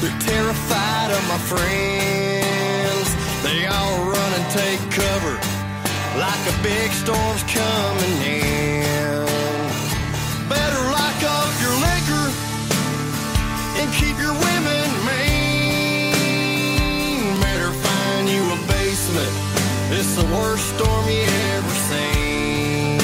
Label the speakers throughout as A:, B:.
A: They're terrified of my friends. They all run and take cover like a big storm's coming in. Better lock up your liquor and keep your women mean. Better find you a basement. It's the worst storm you ever seen.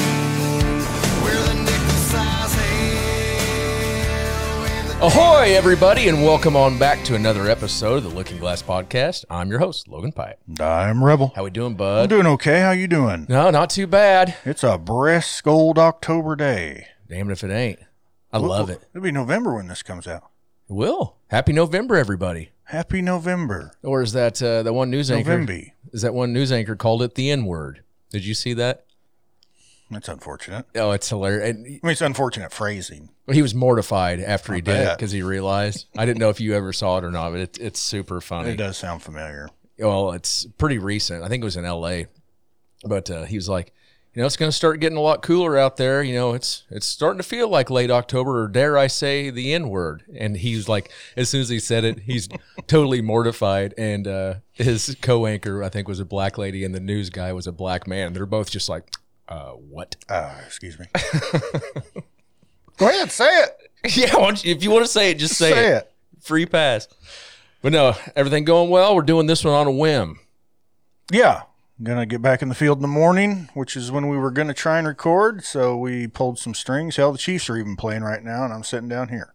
A: We're the nickel size hell.
B: Ahoy, everybody, and welcome on back to another episode of the Looking Glass Podcast. I'm your host, Logan Pyatt.
C: I'm Rebel.
B: How we doing,
C: I'm
B: bud?
C: doing okay. How you doing?
B: No, not too bad.
C: It's a brisk old October day.
B: Damn it if it ain't. I love it.
C: It'll be November when this comes out.
B: It will. Happy November, everybody.
C: Happy November.
B: Or is that uh, the one news anchor?
C: November.
B: Is that one news anchor called it the N word? Did you see that?
C: That's unfortunate.
B: Oh, it's hilarious. And
C: I mean, it's unfortunate phrasing.
B: he was mortified after he
C: I
B: did it
C: bet.
B: because he realized. I didn't know if you ever saw it or not, but it, it's super funny.
C: It does sound familiar.
B: well, it's pretty recent. I think it was in L.A. But uh, he was like, you know, it's going to start getting a lot cooler out there. You know, it's it's starting to feel like late October, or dare I say, the N word. And he's like, as soon as he said it, he's totally mortified. And uh, his co-anchor, I think, was a black lady, and the news guy was a black man. They're both just like, uh, what?
C: Uh, excuse me. Go ahead, say it.
B: yeah, why don't you- if you want to say it, just say, it.
C: Say it.
B: Free pass. But no, everything going well. We're doing this one on a whim.
C: Yeah. Gonna get back in the field in the morning, which is when we were gonna try and record. So we pulled some strings. Hell, the Chiefs are even playing right now, and I'm sitting down here.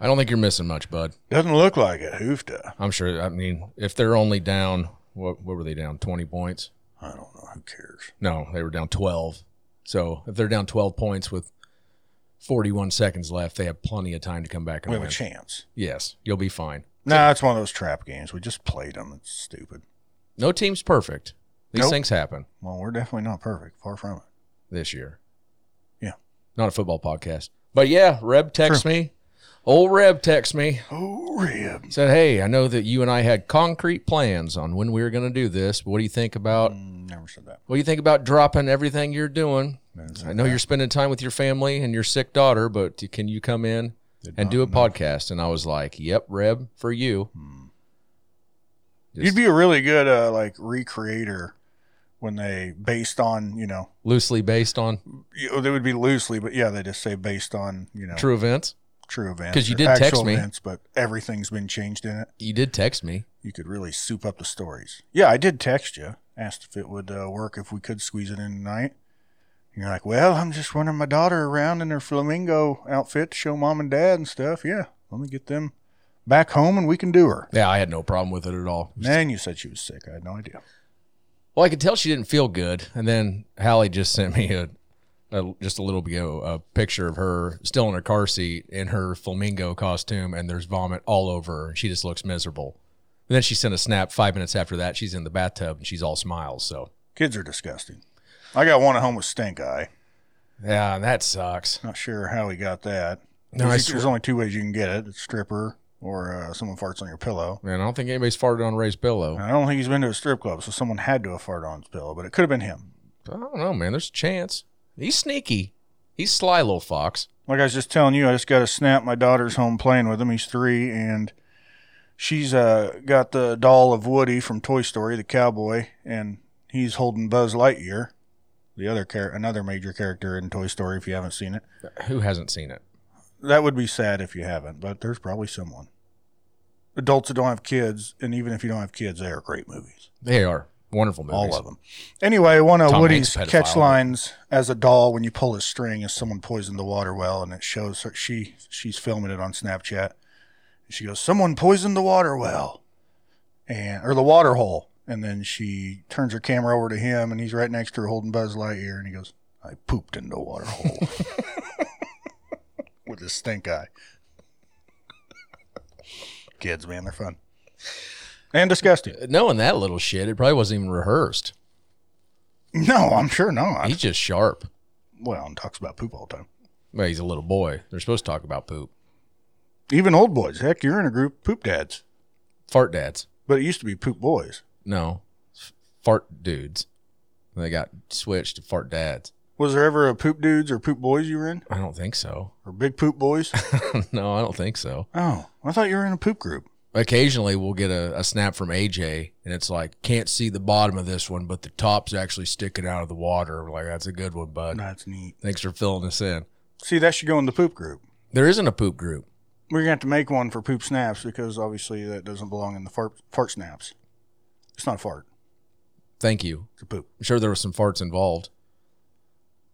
B: I don't think you're missing much, bud.
C: Doesn't look like it. Hoofda.
B: I'm sure. I mean, if they're only down, what, what were they down? 20 points?
C: I don't know. Who cares?
B: No, they were down 12. So if they're down 12 points with 41 seconds left, they have plenty of time to come back and
C: We have a
B: win.
C: chance.
B: Yes, you'll be fine.
C: Nah, it's one of those trap games. We just played them. It's stupid.
B: No team's perfect. These
C: Nope.
B: things happen
C: Well, we're definitely not perfect. Far from it.
B: this year.
C: Yeah.
B: Not a football podcast. But yeah, Reb texts me. Old Reb texts me.
C: Oh, rib.
B: Said, hey, I know that you and I had concrete plans on when we were going to do this. But what do you think about
C: Mm, Never said that.
B: What do you think about dropping everything you're doing?
C: Never said
B: I know you're spending time with your family and your sick daughter, but can you come in and do a podcast? And I was like, "Yep, Reb, for you." Just
C: Hmm. You'd be a really good uh, like recreator when they based on you know
B: loosely based on
C: you, they would be loosely, but yeah, they just say based on you know
B: true events.
C: true events
B: 'Cause you
C: or
B: did text
C: actual
B: me.
C: events, but everything's been changed in it.
B: You did text me.
C: You could really soup up the stories. Yeah, I did text you, asked if it would uh, work if we could squeeze it in tonight. You're like, well, I'm just running my daughter around in her flamingo outfit to show mom and dad and stuff. Yeah, let me get them back home and we can do her.
B: Yeah, I had no problem with it at all.
C: Man, you said she was sick. I had no idea.
B: Well, I could tell she didn't feel good, and then Hallie just sent me a, a just a little bit ago a picture of her still in her car seat in her flamingo costume, and there's vomit all over her, and she just looks miserable. And then she sent a snap five minutes after that. She's in the bathtub and she's all smiles. So
C: Kids are disgusting. I got one at home with stink eye.
B: yeah, that sucks.
C: Not sure how he got that.
B: No, I
C: there's,
B: swear-
C: there's only two ways you can get it: a stripper or uh, someone farts on your pillow.
B: Man, I don't think anybody's farted on Ray's pillow.
C: And I don't think he's been to a strip club, so someone had to have farted on his pillow, but it could have been him.
B: I don't know, man. There's a chance. He's sneaky. He's sly little fox.
C: Like I was just telling you, I just got a snap. My daughter's home playing with him. He's three, and she's uh, got the doll of Woody from Toy Story, the cowboy, and he's holding Buzz Lightyear, the other char- another major character in Toy Story. If you haven't seen it,
B: Who hasn't seen it?
C: that would be sad if you haven't, but there's probably someone. Adults that don't have kids, and even if you don't have kids, they are great movies.
B: They are wonderful movies.
C: All of them. Anyway, one of
B: Tom
C: Woody's
B: Hanks' pedophile.
C: catch lines as a doll when you pull his string is someone poisoned the water well, and it shows her she she's filming it on Snapchat. She goes, "Someone poisoned the water well," and or the water hole, and then she turns her camera over to him, and he's right next to her holding Buzz Lightyear, and he goes, "I pooped in the water hole." With his stink eye. Kids, man, they're fun. and disgusting.
B: Knowing that little shit, it probably wasn't even rehearsed.
C: No, I'm sure not.
B: He's just sharp.
C: well, and talks about poop all the time.
B: Well, he's a little boy. They're supposed to talk about poop.
C: Even old boys. Heck, you're in a group poop dads,
B: Fart dads.
C: but it used to be poop boys.
B: No. Fart dudes. They got switched to fart dads.
C: Was there ever a poop dudes or poop boys you were in,
B: I don't think so.
C: or big poop boys?
B: no, I don't think so.
C: oh, I thought you were in a poop group.
B: Occasionally, we'll get a, a snap from AJ, and it's like, can't see the bottom of this one, but the top's actually sticking out of the water. We're like, that's a good one, bud.
C: That's neat.
B: Thanks for filling us in.
C: See, that should go in the poop group.
B: There isn't a poop group.
C: We're gonna have to make one for poop snaps because obviously that doesn't belong in the fart fart snaps. It's not a fart.
B: Thank you.
C: It's a poop.
B: I'm sure there was some farts involved.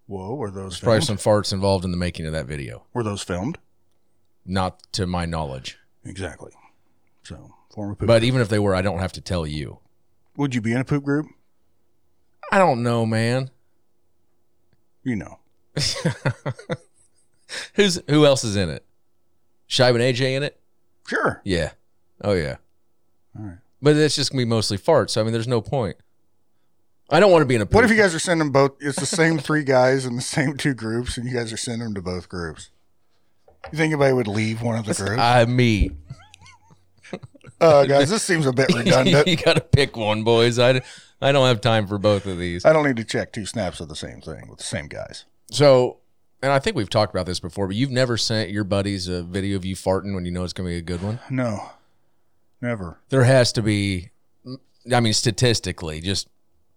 C: Whoa, were
B: There's
C: those
B: probably
C: filmed?
B: some farts involved in the making of that video.
C: were those filmed?
B: Not to my knowledge.
C: Exactly. So former poop.
B: But even if they were, I don't have to tell you.
C: would you be in a poop group?
B: I don't know, man.
C: You know,
B: Who's who else is in it? Shive and AJ in it?
C: sure.
B: Yeah. Oh yeah.
C: All right.
B: But it's just gonna be mostly farts. So I mean, there's no point. I don't want to be in a.
C: What if
B: poop-
C: you guys are sending both? It's the same three guys in the same two groups, and you guys are sending them to both groups. You think anybody would leave one of the groups?
B: I me.
C: Uh, guys, this seems a bit redundant.
B: you gotta pick one, boys. I, I don't have time for both of these.
C: I don't need to check two snaps of the same thing with the same guys.
B: So, and I think we've talked about this before, but you've never sent your buddies a video of you farting when you know it's gonna be a good one.
C: No, never.
B: There has to be. I mean, statistically, just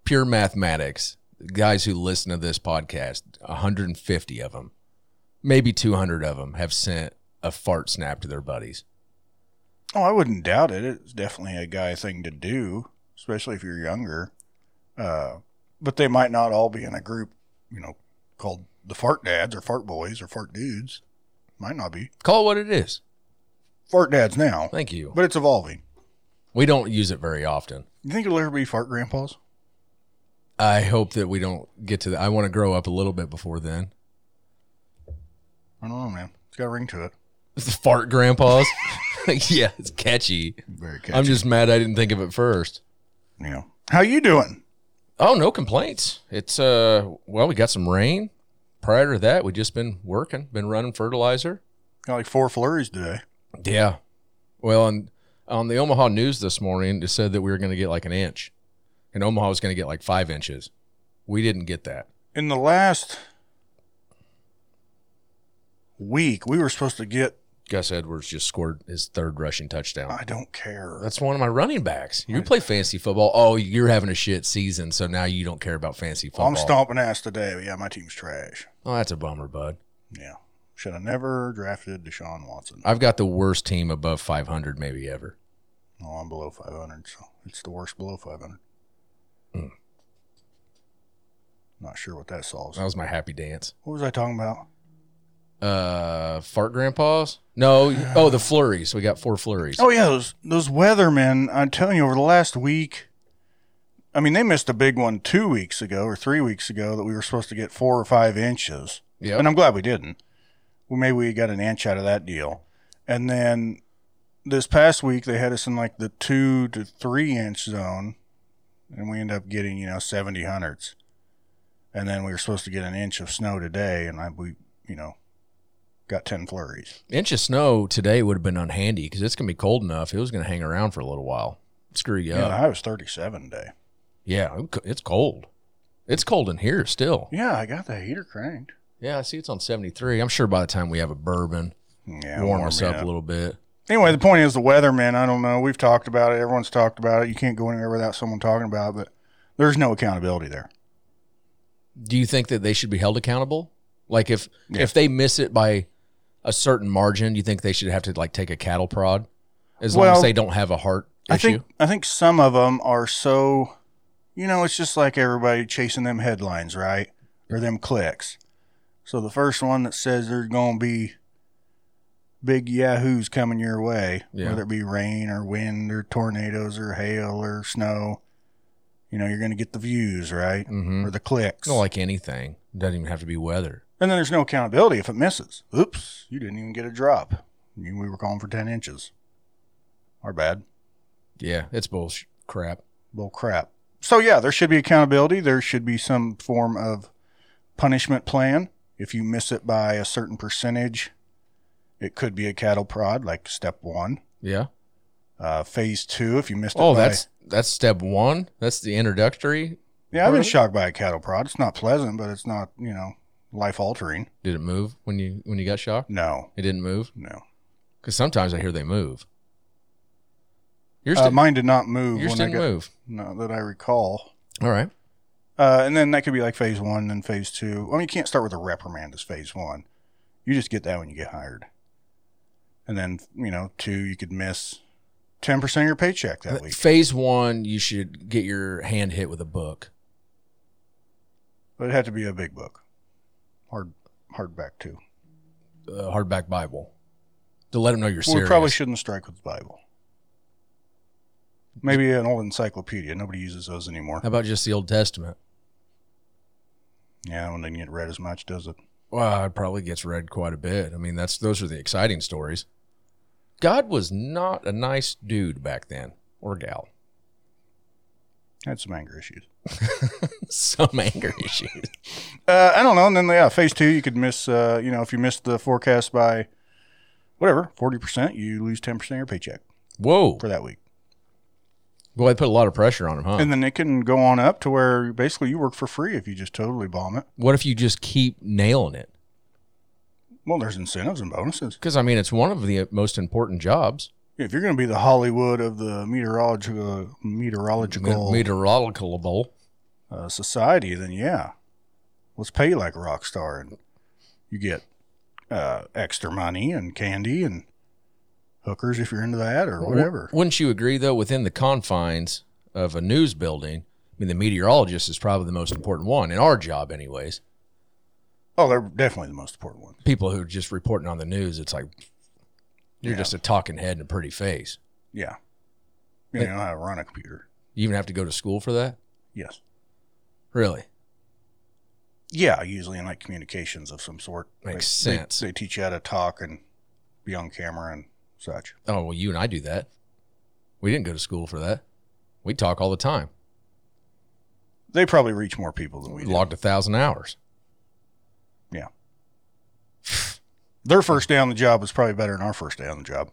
B: pure mathematics. Guys who listen to this podcast, 150 of them, maybe 200 of them, have sent a fart snap to their buddies.
C: Oh, I wouldn't doubt it. It's definitely a guy thing to do, especially if you're younger. Uh, but they might not all be in a group, you know, called the fart dads or fart boys or fart dudes. Might not be
B: Call it what it is.
C: fart dads now,
B: Thank you.
C: but it's evolving.
B: We don't use it very often.
C: You think it'll ever be fart grandpas?
B: I hope that we don't get to that. I want to grow up a little bit before then.
C: I don't know, man. It's got a ring to it.
B: Fart grandpas. yeah, it's catchy.
C: Very catchy.
B: I'm just mad I didn't think of it first.
C: you know. How you doing?
B: Oh, no complaints. It's uh well, we got some rain. Prior to that, we just been working, been running fertilizer.
C: Got like four flurries today.
B: Yeah. Well, and on the Omaha news this morning, it said that we were going to get like an inch, and Omaha was going to get like five inches. We didn't get that.
C: In the last week, we were supposed to get.
B: Gus Edwards just scored his third rushing touchdown.
C: I don't care.
B: That's one of my running backs. You play fantasy football. Oh, you're having a shit season, so now you don't care about fantasy football.
C: I'm stomping ass today. But yeah, my team's trash.
B: Oh, that's a bummer, bud.
C: Yeah, should have never drafted Deshaun Watson.
B: I've got the worst team above 500 maybe ever.
C: No, I'm below 500, so it's the worst below 500. Not sure what that solves.
B: That was my happy dance.
C: What was I talking about?
B: uh fart grandpas no oh the flurries we got four flurries
C: Oh yeah, those those weathermen. I'm telling you, over the last week, I mean, they missed a big one two weeks ago or three weeks ago that we were supposed to get four or five inches,
B: yeah
C: and I'm glad we didn't. Well, maybe we got an inch out of that deal, and then this past week they had us in like the two to three inch zone, and we end up getting you know seventy hundredths, and then we were supposed to get an inch of snow today, and I we you know got ten flurries.
B: inch of snow today would have been unhandy because it's gonna be cold enough it was gonna hang around for a little while screw you
C: Yeah,
B: up
C: I was thirty seven today.
B: yeah I'm co- it's cold it's cold in here still
C: Yeah, I got the heater cranked.
B: yeah i see it's on 73 i'm sure by the time we have a bourbon
C: Yeah,
B: warm us
C: me
B: up a little bit
C: Anyway, the point is the weather, man. I don't know. We've talked about it. Everyone's talked about it. You can't go anywhere without someone talking about it. But there's no accountability there.
B: do you think that they should be held accountable like if
C: Yeah.
B: if they miss it by a certain margin do you think they should have to like take a cattle prod as long
C: Well,
B: as they don't have a heart
C: I
B: issue
C: think I think some of them are so, you know, it's just like everybody chasing them headlines, right? Or them clicks. So the first one that says there's going to be big yahoos coming your way,
B: Yeah.
C: whether it be rain or wind or tornadoes or hail or snow, you know, you're going to get the views, right?
B: Mhm.
C: Or the clicks.
B: I don't like anything doesn't even have to be weather
C: And then there's no accountability if it misses. Oops, you didn't even get a drop. You- We were calling for 10 inches. Our bad.
B: Yeah, it's bullshit. Crap.
C: Bull crap. So yeah, there should be accountability. There should be some form of punishment plan. If you miss it by a certain percentage, it could be a cattle prod, like step one.
B: Yeah.
C: Uh, phase two, if you missed it
B: Oh,
C: by-
B: that's that's step one. That's the introductory.
C: yeah, I've
B: part
C: been
B: of it?
C: shocked by a cattle prod. It's not pleasant, but it's not, you know, life altering.
B: Did it move when you when you got shocked?
C: No,
B: It didn't move
C: no.
B: because sometimes I hear they move. Yours,
C: Uh,
B: did,
C: mine did not move
B: yours
C: when I
B: didn't
C: got,
B: move.
C: not that I recall.
B: All right.
C: Uh, and then that could be like phase one, then phase two. I mean, you can't start with a reprimand as phase one. You just get that when you get hired. And then, you know, two, you could miss 10% of your paycheck that week.
B: Phase one, you should get your hand hit with a book.
C: But it had to be a big book. Hard, hardback too.
B: uh, hardback Bible to let them know you're
C: Well,
B: serious.
C: we probably shouldn't strike with the Bible. Maybe an old encyclopedia. Nobody uses those anymore.
B: How about just the Old Testament?
C: Yeah, that one doesn't get read as much, does it?
B: Well, it probably gets read quite a bit. I mean, that's those are the exciting stories. God was not a nice dude back then or gal.
C: Had some anger issues.
B: Some anger issues.
C: Uh, I don't know. And then yeah, phase two, you could miss. Uh, you know, if you missed the forecast by whatever forty percent, you lose ten percent of your paycheck
B: Whoa.
C: for that week.
B: Boy, they put a lot of pressure on him, huh?
C: And then it can go on up to where basically you work for free if you just totally bomb it.
B: what if you just keep nailing it?
C: Well, there's incentives and bonuses.
B: Because, I mean, it's one of the most important jobs.
C: If you're going to be the Hollywood of the meteorological meteorological
B: Meteorological.
C: uh, society, then yeah, let's pay you like a rock star, and you get uh, extra money and candy and hookers if you're into that or whatever.
B: Wouldn't you agree, though, within the confines of a news building? I mean, the meteorologist is probably the most important one in our job, anyways.
C: Oh, they're definitely the most important one.
B: people who are just reporting on the news, it's like you're just a talking head and a pretty face.
C: Yeah. You know how to run a computer.
B: You even have to go to school for that?
C: Yes.
B: Really?
C: Yeah, usually in like communications of some sort.
B: Makes
C: They-
B: sense.
C: They, they teach you how to talk and be on camera and such.
B: Oh, well, you and I do that. We didn't go to school for that. We talk all the time.
C: They probably reach more people than we
B: We
C: do.
B: logged a thousand hours.
C: Yeah. Their first day on the job was probably better than our first day on the job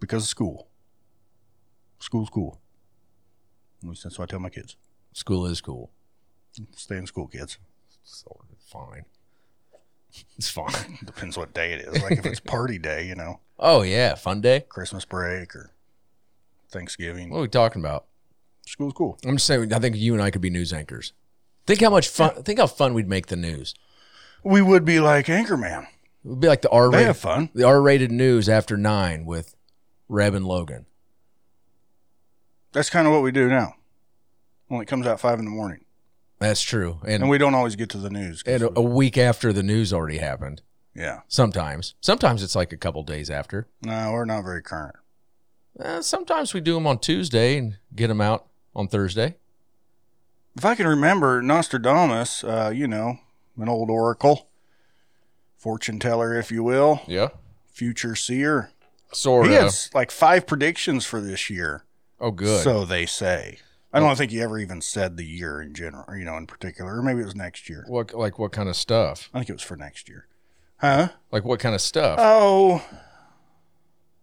C: because of school. School's cool. At least that's what I tell my kids.
B: School is cool.
C: Stay in school, kids.
B: So fine. It's fine.
C: Depends what day it is. Like if it's party day, you know,
B: oh, yeah. Fun day.
C: Christmas break or Thanksgiving.
B: What are we talking about?
C: School's cool.
B: I'm just saying, I think you and I could be news anchors. Think how much fun, think how fun we'd make the news.
C: We would be like Anchorman.
B: It would be like the R
C: They
B: rated
C: have fun.
B: the R-rated news after nine with Reb and Logan.
C: That's kind of what we do now. Only comes out five in the morning,
B: That's true, and
C: and we don't always get to the news.
B: and
C: 'cause
B: a, a week after the news already happened.
C: we- yeah,
B: Sometimes, sometimes it's like a couple days after.
C: no, we're not very current.
B: Uh, sometimes we do them on Tuesday and get them out on Thursday.
C: If I can remember, Nostradamus, uh, you know, an old oracle, fortune teller, if you will,
B: Yeah,
C: future seer.
B: sort
C: he
B: of.
C: has like five predictions for this year,
B: Oh, good.
C: so they say. I don't think he ever even said the year in general, or, you know, in particular, or maybe it was next year.
B: what like what kind of stuff?
C: I think it was for next year, huh?
B: Like what kind of stuff?
C: Oh.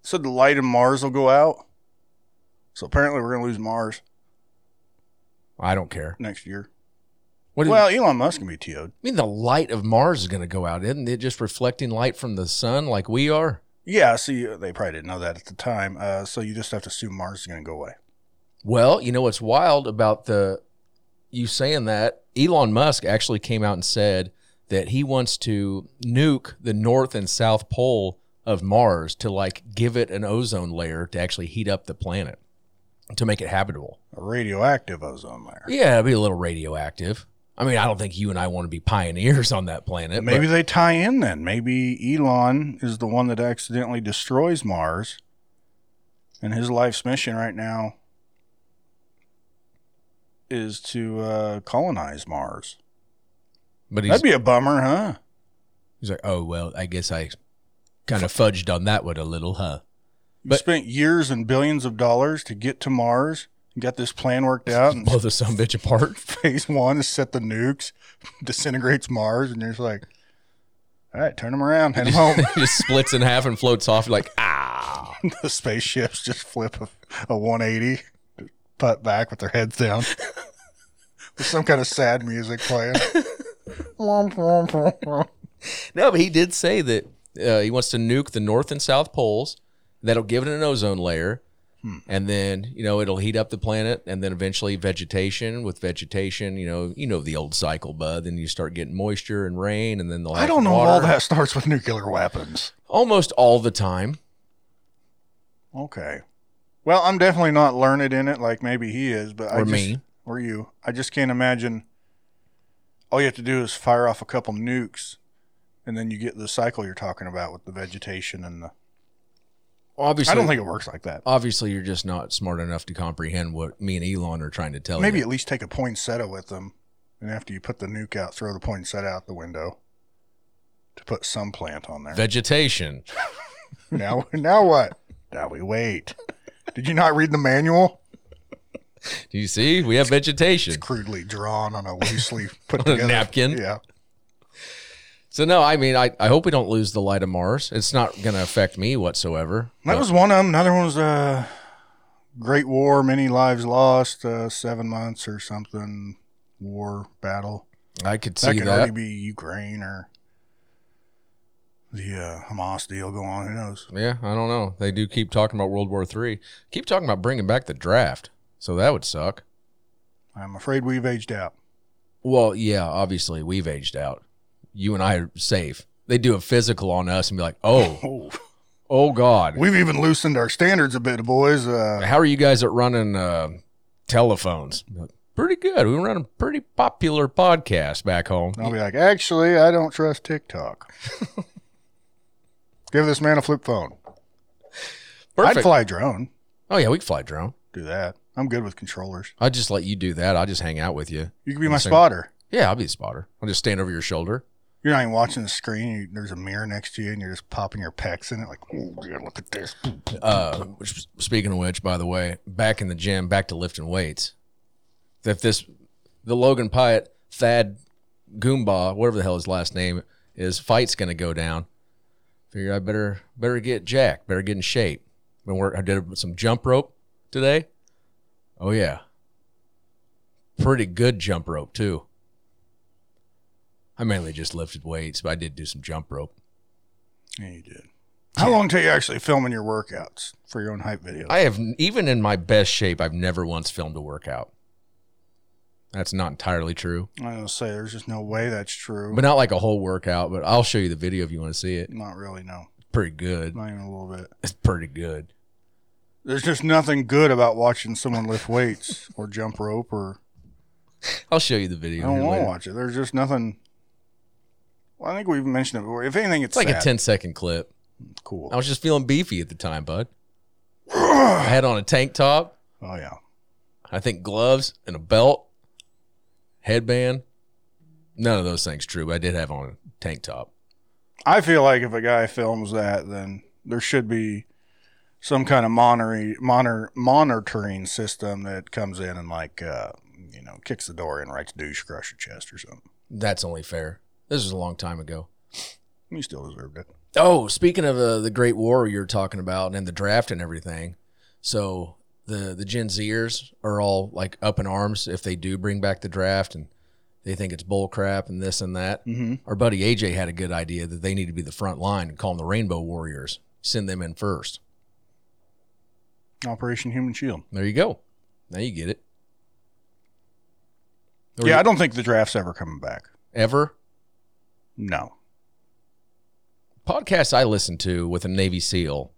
C: So the light in Mars will go out. So apparently we're going to lose Mars
B: I don't care.
C: next year.
B: What do you-
C: Well, Elon Musk can be TO'd.
B: I mean, the light of Mars is going to go out, isn't it? Just reflecting light from the sun, like we are.
C: Yeah, see, uh, they probably didn't know that at the time. Uh, so you just have to assume Mars is going to go away.
B: Well, you know what's wild about the you saying that Elon Musk actually came out and said that he wants to nuke the north and south pole of Mars to like give it an ozone layer to actually heat up the planet to make it habitable.
C: A radioactive ozone layer.
B: Yeah, it'd be a little radioactive. I mean, I don't think you and I want to be pioneers on that planet.
C: Maybe
B: but
C: they tie in then. Maybe Elon is the one that accidentally destroys Mars. And his life's mission right now is to uh, colonize Mars.
B: but he's,
C: That'd be a bummer, huh?
B: he's like, oh well, I guess I kind of fudged on that one a little, huh?
C: You
B: But-
C: spent years and billions of dollars to get to Mars. You got this plan worked out, and
B: Blow this some bitch apart.
C: phase one is set the nukes, disintegrates Mars, and you're just like, all right, turn them around, head 'em home.
B: It just splits in half and floats off. You're like, ah.
C: the spaceships just flip a, a 180, putt back with their heads down. with some kind of sad music playing.
B: No, but he did say that uh, he wants to nuke the North and South poles. That'll give it an ozone layer. And then, you know, it'll heat up the planet and then eventually vegetation. With vegetation, you know, you know the old cycle, bud. Then you start getting moisture and rain and then they'll
C: I
B: have
C: don't know if
B: water.
C: all that starts with nuclear weapons.
B: Almost all the time.
C: Okay. Well, I'm definitely not learned in it like maybe he is, but I
B: Or
C: just,
B: me.
C: or you. I just can't imagine. All you have to do is fire off a couple nukes, and then you get the cycle you're talking about with the vegetation and the.
B: Obviously,
C: I don't think it works like that.
B: obviously you're just not smart enough to comprehend what me and Elon are trying to tell
C: Maybe
B: you.
C: at least take a poinsettia with them, and after you put the nuke out, throw the poinsettia out the window. To put some plant on there.
B: vegetation.
C: now, now what? Now we wait. Did you not read the manual?
B: Do you see? We have vegetation.
C: Crudely drawn on a loosely put
B: On a
C: together
B: napkin?
C: Yeah.
B: So no, I mean, I, I hope we don't lose the light of Mars. It's not going to affect me whatsoever.
C: That was one of them. Another one was uh, Great War, Many Lives Lost, uh, seven months or something, war, battle.
B: I could
C: That
B: see
C: could
B: that.
C: already be Ukraine or the uh, Hamas deal going on. Who knows?
B: Yeah, I don't know. They do keep talking about World War Three. Keep talking about bringing back the draft. So that would suck.
C: I'm afraid we've aged out.
B: Well, yeah, obviously we've aged out. You and I are safe. They do a physical on us and be like, oh,
C: Oh,
B: oh God,
C: we've even loosened our standards a bit, boys. Uh,
B: how are you guys at running uh, telephones? Pretty good. We run a pretty popular podcast back home.
C: I'll be like, actually, I don't trust TikTok. Give this man a flip phone. I'd
B: Perfect.
C: fly a drone.
B: Oh yeah, we can fly drone.
C: Do that. I'm good with controllers.
B: I'd just let you do that. I'll just hang out with you.
C: You could be my
B: Same.
C: spotter.
B: Yeah, I'll be the spotter. I'll just stand over your shoulder.
C: You're not even watching the screen. You, there's a mirror next to you, and you're just popping your pecs in it, like, oh, yeah, look at this.
B: Uh, which, speaking of which, by the way, back in the gym, back to lifting weights. If this, the Logan Pyatt, Thad Goomba, whatever the hell his last name is, fight's going to go down. Figure I better better get Jack, better get in shape. Been work, I did some jump rope today. Oh yeah, pretty good jump rope too. I mainly just lifted weights, but I did do some jump rope.
C: Yeah, you did. How long till you actually filming your workouts for your own hype video?
B: I have even in my best shape, I've never once filmed a workout. That's not entirely true,
C: I was gonna say there's just no way that's true.
B: but not like a whole workout. But I'll show you the video if you want to see it.
C: not really, no,
B: Pretty good.
C: not even a little bit.
B: It's pretty good.
C: There's just nothing good about watching someone lift weights or jump rope, or
B: I'll show you the
C: I
B: video.
C: don't
B: here
C: want to
B: later.
C: watch it. There's just nothing. Well, I think we've mentioned it before. If anything, it's,
B: It's like a
C: sad.
B: 10 second clip.
C: Cool.
B: I
C: Oh
B: was just feeling beefy at the time, bud. I had on a tank top,
C: Oh, yeah,
B: I think gloves and a belt, headband. None of those things true. But I did have on a tank top.
C: I feel like if a guy films that, then there should be some kind of monitoring monitor, monitoring system that comes in and like uh, you know kicks the door in, writes douche, crush your chest or something.
B: That's only fair. This was a long time ago.
C: You still deserved it.
B: Oh, speaking of uh, the Great War you're talking about and the draft and everything, so the the Gen Zers are all like up in arms if they do bring back the draft and they think it's bull crap and this and that.
C: Mm-hmm.
B: Our buddy AJ had a good idea that they need to be the front line and call them the Rainbow Warriors. Send them in first.
C: Operation Human Shield.
B: There you go. Now you get it. Or
C: yeah,
B: you-
C: I don't think the draft's ever coming back.
B: ever
C: No.
B: podcast I listened to with a Navy SEAL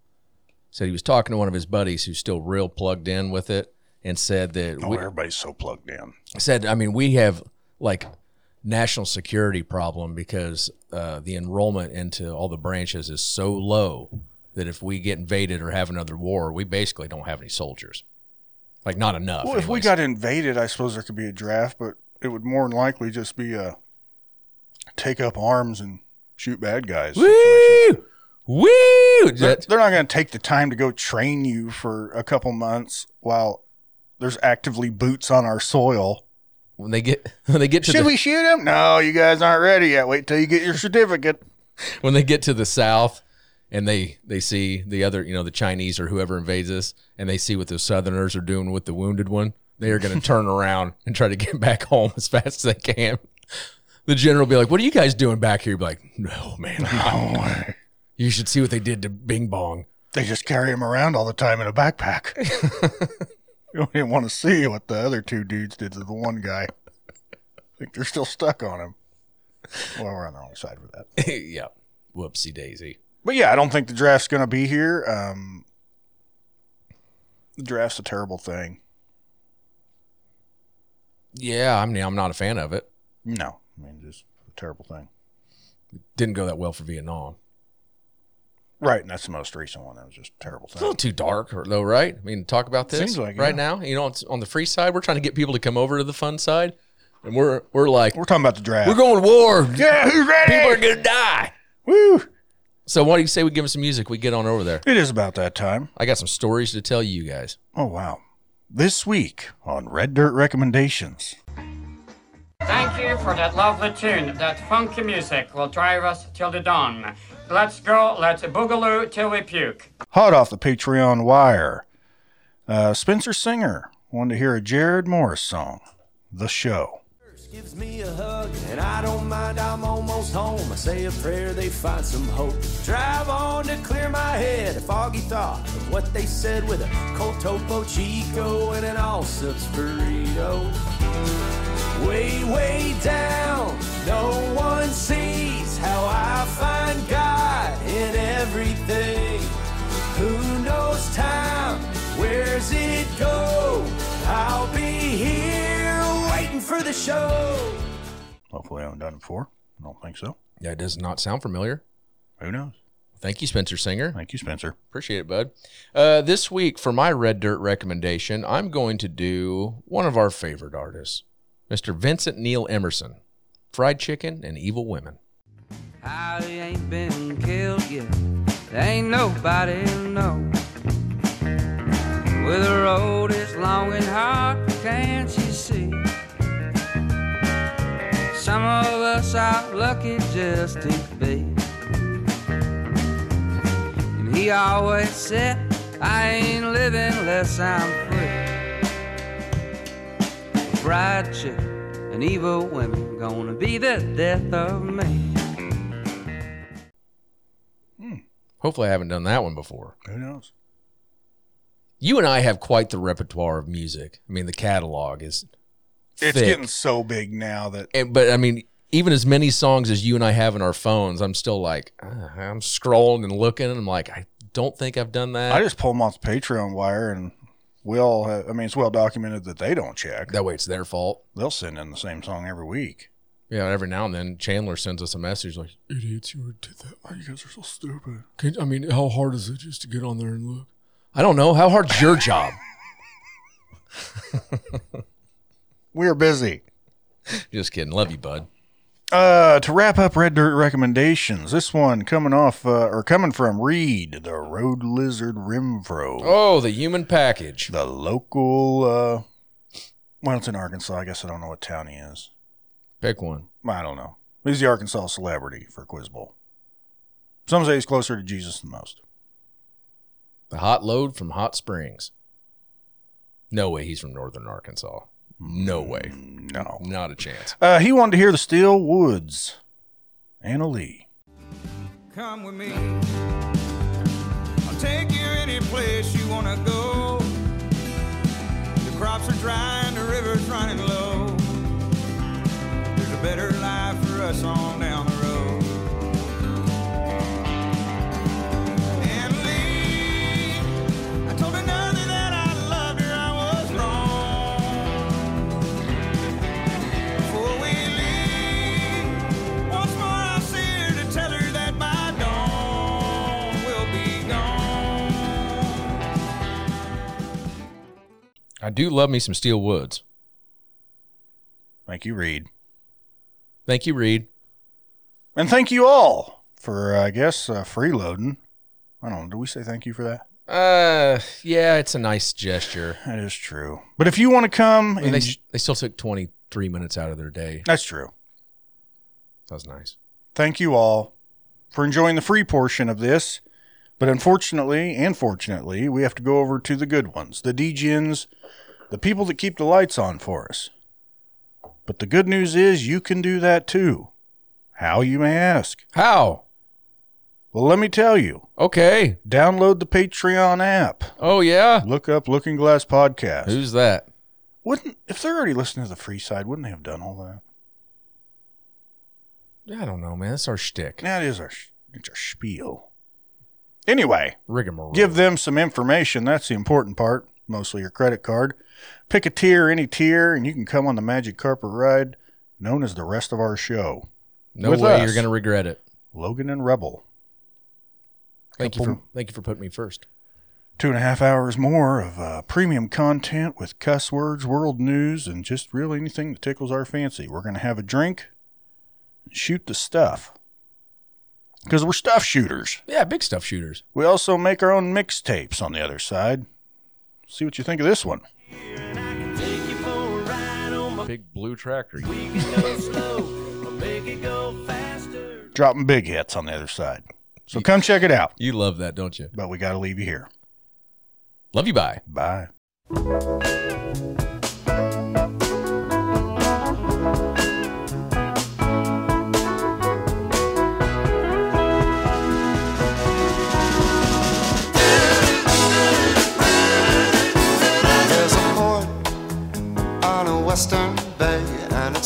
B: said he was talking to one of his buddies who's still real plugged in with it and said that
C: Oh,
B: we-
C: everybody's so plugged in.
B: said, I mean, we have like national security problem because uh, the enrollment into all the branches is so low that if we get invaded or have another war, we basically don't have any soldiers. Like not enough.
C: Well, if we
B: anyways.
C: got invaded, I suppose there could be a draft, but it would more than likely just uh, be a take up arms and shoot bad guys.
B: woo, Woo!
C: They're,
B: That-
C: they're not going to take the time to go train you for a couple months while there's actively boots on our soil.
B: when they get when they get to
C: Should
B: the,
C: we shoot them? No, you guys aren't ready yet. Wait till you get your certificate.
B: when they get to the south and they they see the other you know the chinese or whoever invades us and they see what the southerners are doing with the wounded one they are going to turn around and try to get back home as fast as they can the general will be like what are you guys doing back here You'll be like no man
C: Oh,
B: you should see what they did to bing bong
C: they just carry him around all the time in a backpack. you don't even want to see what the other two dudes did to the one guy. I think they're still stuck on him. Well, we're on the wrong side with that.
B: yeah whoopsie daisy
C: But yeah, I don't think the draft's going to be here. Um, the draft's a terrible thing.
B: yeah i mean i'm not a fan of it
C: No, I mean just a terrible thing.
B: didn't go that well for vietnam
C: Right, and that's the most recent one. That was just a terrible
B: it's a little too
C: thing.
B: dark or- though right i mean talk about this
C: Seems like,
B: right
C: yeah.
B: now you know it's on the free side we're trying to get people to come over to the fun side and we're we're like
C: We're talking about the draft.
B: We're going to war.
C: yeah, who's ready?
B: People are going to die.
C: Woo!
B: So why do you say we give them some music? We get on over there.
C: It is about that time.
B: I got some stories to tell you guys.
C: Oh wow! This week on Red Dirt recommendations.
D: Thank you for that lovely tune. That funky music will drive us till the dawn. Let's go, let's boogaloo till we puke.
C: hot off the Patreon wire. Uh, Spencer Singer wanted to hear a Jared Morris song, The Show.
E: Gives me a hug, and I don't mind, I'm almost home. I say a prayer, they find some hope. Drive on to clear my head, a foggy thought of what they said with a cold topo chico and an all subs burrito. Way, way down, no one sees how I find God in everything. Who knows time? Where's it go? I'll be here waiting for the show.
C: Hopefully, I haven't done it before. I don't think so.
B: That does not sound familiar.
C: Who knows?
B: Thank you, Spencer Singer.
C: Thank you, Spencer.
B: Appreciate it, bud. Uh, this week for my Red Dirt recommendation, I'm going to do one of our favorite artists, Mr. Vincent Neil Emerson, Fried Chicken and Evil Women.
F: Holly ain't been killed yet. Ain't nobody know. With a road is long and hard, can't you see? Some of us are lucky just to be. And he always said, I ain't living unless I'm free. Fried chicken and evil women gonna be the death of me.
B: Hopefully, I haven't done that one before.
C: Who knows?
B: You and I have quite the repertoire of music. I mean, the catalog is
C: It's
B: Thick.
C: getting so big now that
B: and, but I mean, even as many songs as you and I have in our phones, I'm still like, ah, I'm scrolling and looking, and I'm like, I don't think I've done that.
C: I just pull them off the Patreon wire and. We all, have, I mean, it's well documented that they don't check.
B: that way, it's their fault.
C: They'll send in the same song every week.
B: You know, every now and then, Chandler sends us a message like, "Idiots, you did that.
C: Oh, you guys are so stupid.
B: Can, I mean, how hard is it just to get on there and look? I don't know. How hard's your job?
C: We're busy.
B: just kidding. Love you, bud.
C: Uh, to wrap up Red Dirt recommendations, this one coming off uh, or coming from Reed, the Road Lizard Rimfro.
B: Oh, the human package.
C: the local uh well it's in arkansas i guess i don't know what town he is
B: Pick one.
C: i don't know he's the arkansas celebrity for quiz bowl some say he's closer to jesus than most
B: The hot load from Hot Springs. No way. He's from Northern Arkansas. No way.
C: no
B: Not a chance.
C: uh he wanted to hear the steel woods anna lee
E: Come with me. I'll take you any place you wanna go. The crops are dry and the river's running low. There's a better life for us on down the road. And Lee, I told another that I loved her, I was wrong. Before we leave, once more I see her to tell her that my dawn will be gone.
B: I do love me some Steel Woods.
C: thank you reed
B: Thank you, Reed.
C: and thank you all for, I guess, uh, freeloading. I don't know. Do we say thank you for that?
B: Uh, yeah, it's a nice gesture.
C: That is true. But if you want to come,
B: I mean,
C: and
B: they,
C: j-
B: they still took 23 minutes out of their day.
C: that's true.
B: That was nice.
C: Thank you all for enjoying the free portion of this. But unfortunately, and fortunately, we have to go over to the good ones, the DGNs, the people that keep the lights on for us. But the good news is you can do that too. How, you may ask?
B: How?
C: Well, let me tell you
B: Okay.
C: download the Patreon app,
B: Oh, yeah.
C: look up Looking Glass Podcast.
B: Who's that?
C: wouldn't if they're already listening to the free side, wouldn't they have done all that?
B: I don't know, man. That's our shtick.
C: That is our sh- it's our spiel. Anyway,
B: Rigmarole.
C: give them some information. That's the important part. Mostly your credit card. Pick a tier, any tier, and you can come on the magic carpet ride known as the rest of our show.
B: no
C: with
B: way
C: us.
B: you're going to regret it.
C: Logan and Rebel.
B: Thank you for
C: Couple-
B: thank you for putting me first.
C: Two and a half hours more of uh, premium content with cuss words, world news, and just really anything that tickles our fancy. We're going to have a drink and shoot the stuff. Because we're stuff shooters.
B: Yeah, big stuff shooters.
C: We also make our own mixtapes on the other side. See what you think of this one.
B: Big blue tractor.
C: Dropping big hits on the other side. So come check it out.
B: You love that, don't you?
C: But we got to leave you here.
B: Love you. Bye.
C: Bye.
A: There's a port on a western bay, and it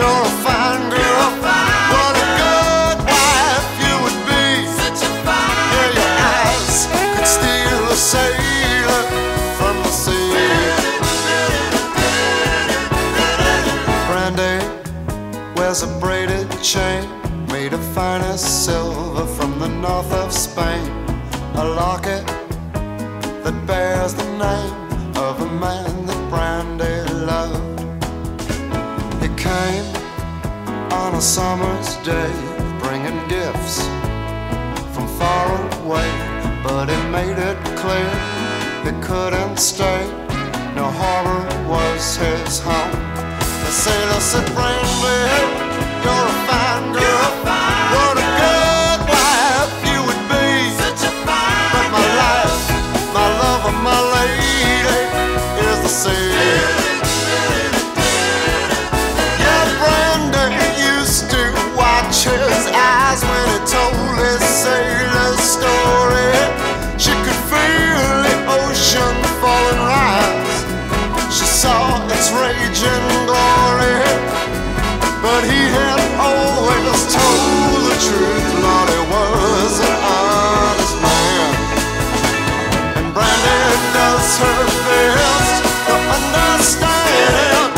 A: you're a fine girl. What a good wife you would be. Such a fine yeah, your eyes could steal a sailor from the sea. Brandy wears a braided chain made of finest silver from the north of Spain. A locket that bears the name of a man that Brandy loved. He came on a summer's day, bringing gifts from far away, but he made it clear he couldn't stay. No harbor was his home. The sailor said, Brandy, you're a fine girl. what a good wife you would be. But my life, my love of my lady is the sea. Yeah, Brandon used to watch his eyes when he told his sailor story. She could feel the ocean falling rise. She saw its raging glory. But he had always told the truth, Lord, he was an honest man. And Brandy does her best to understand.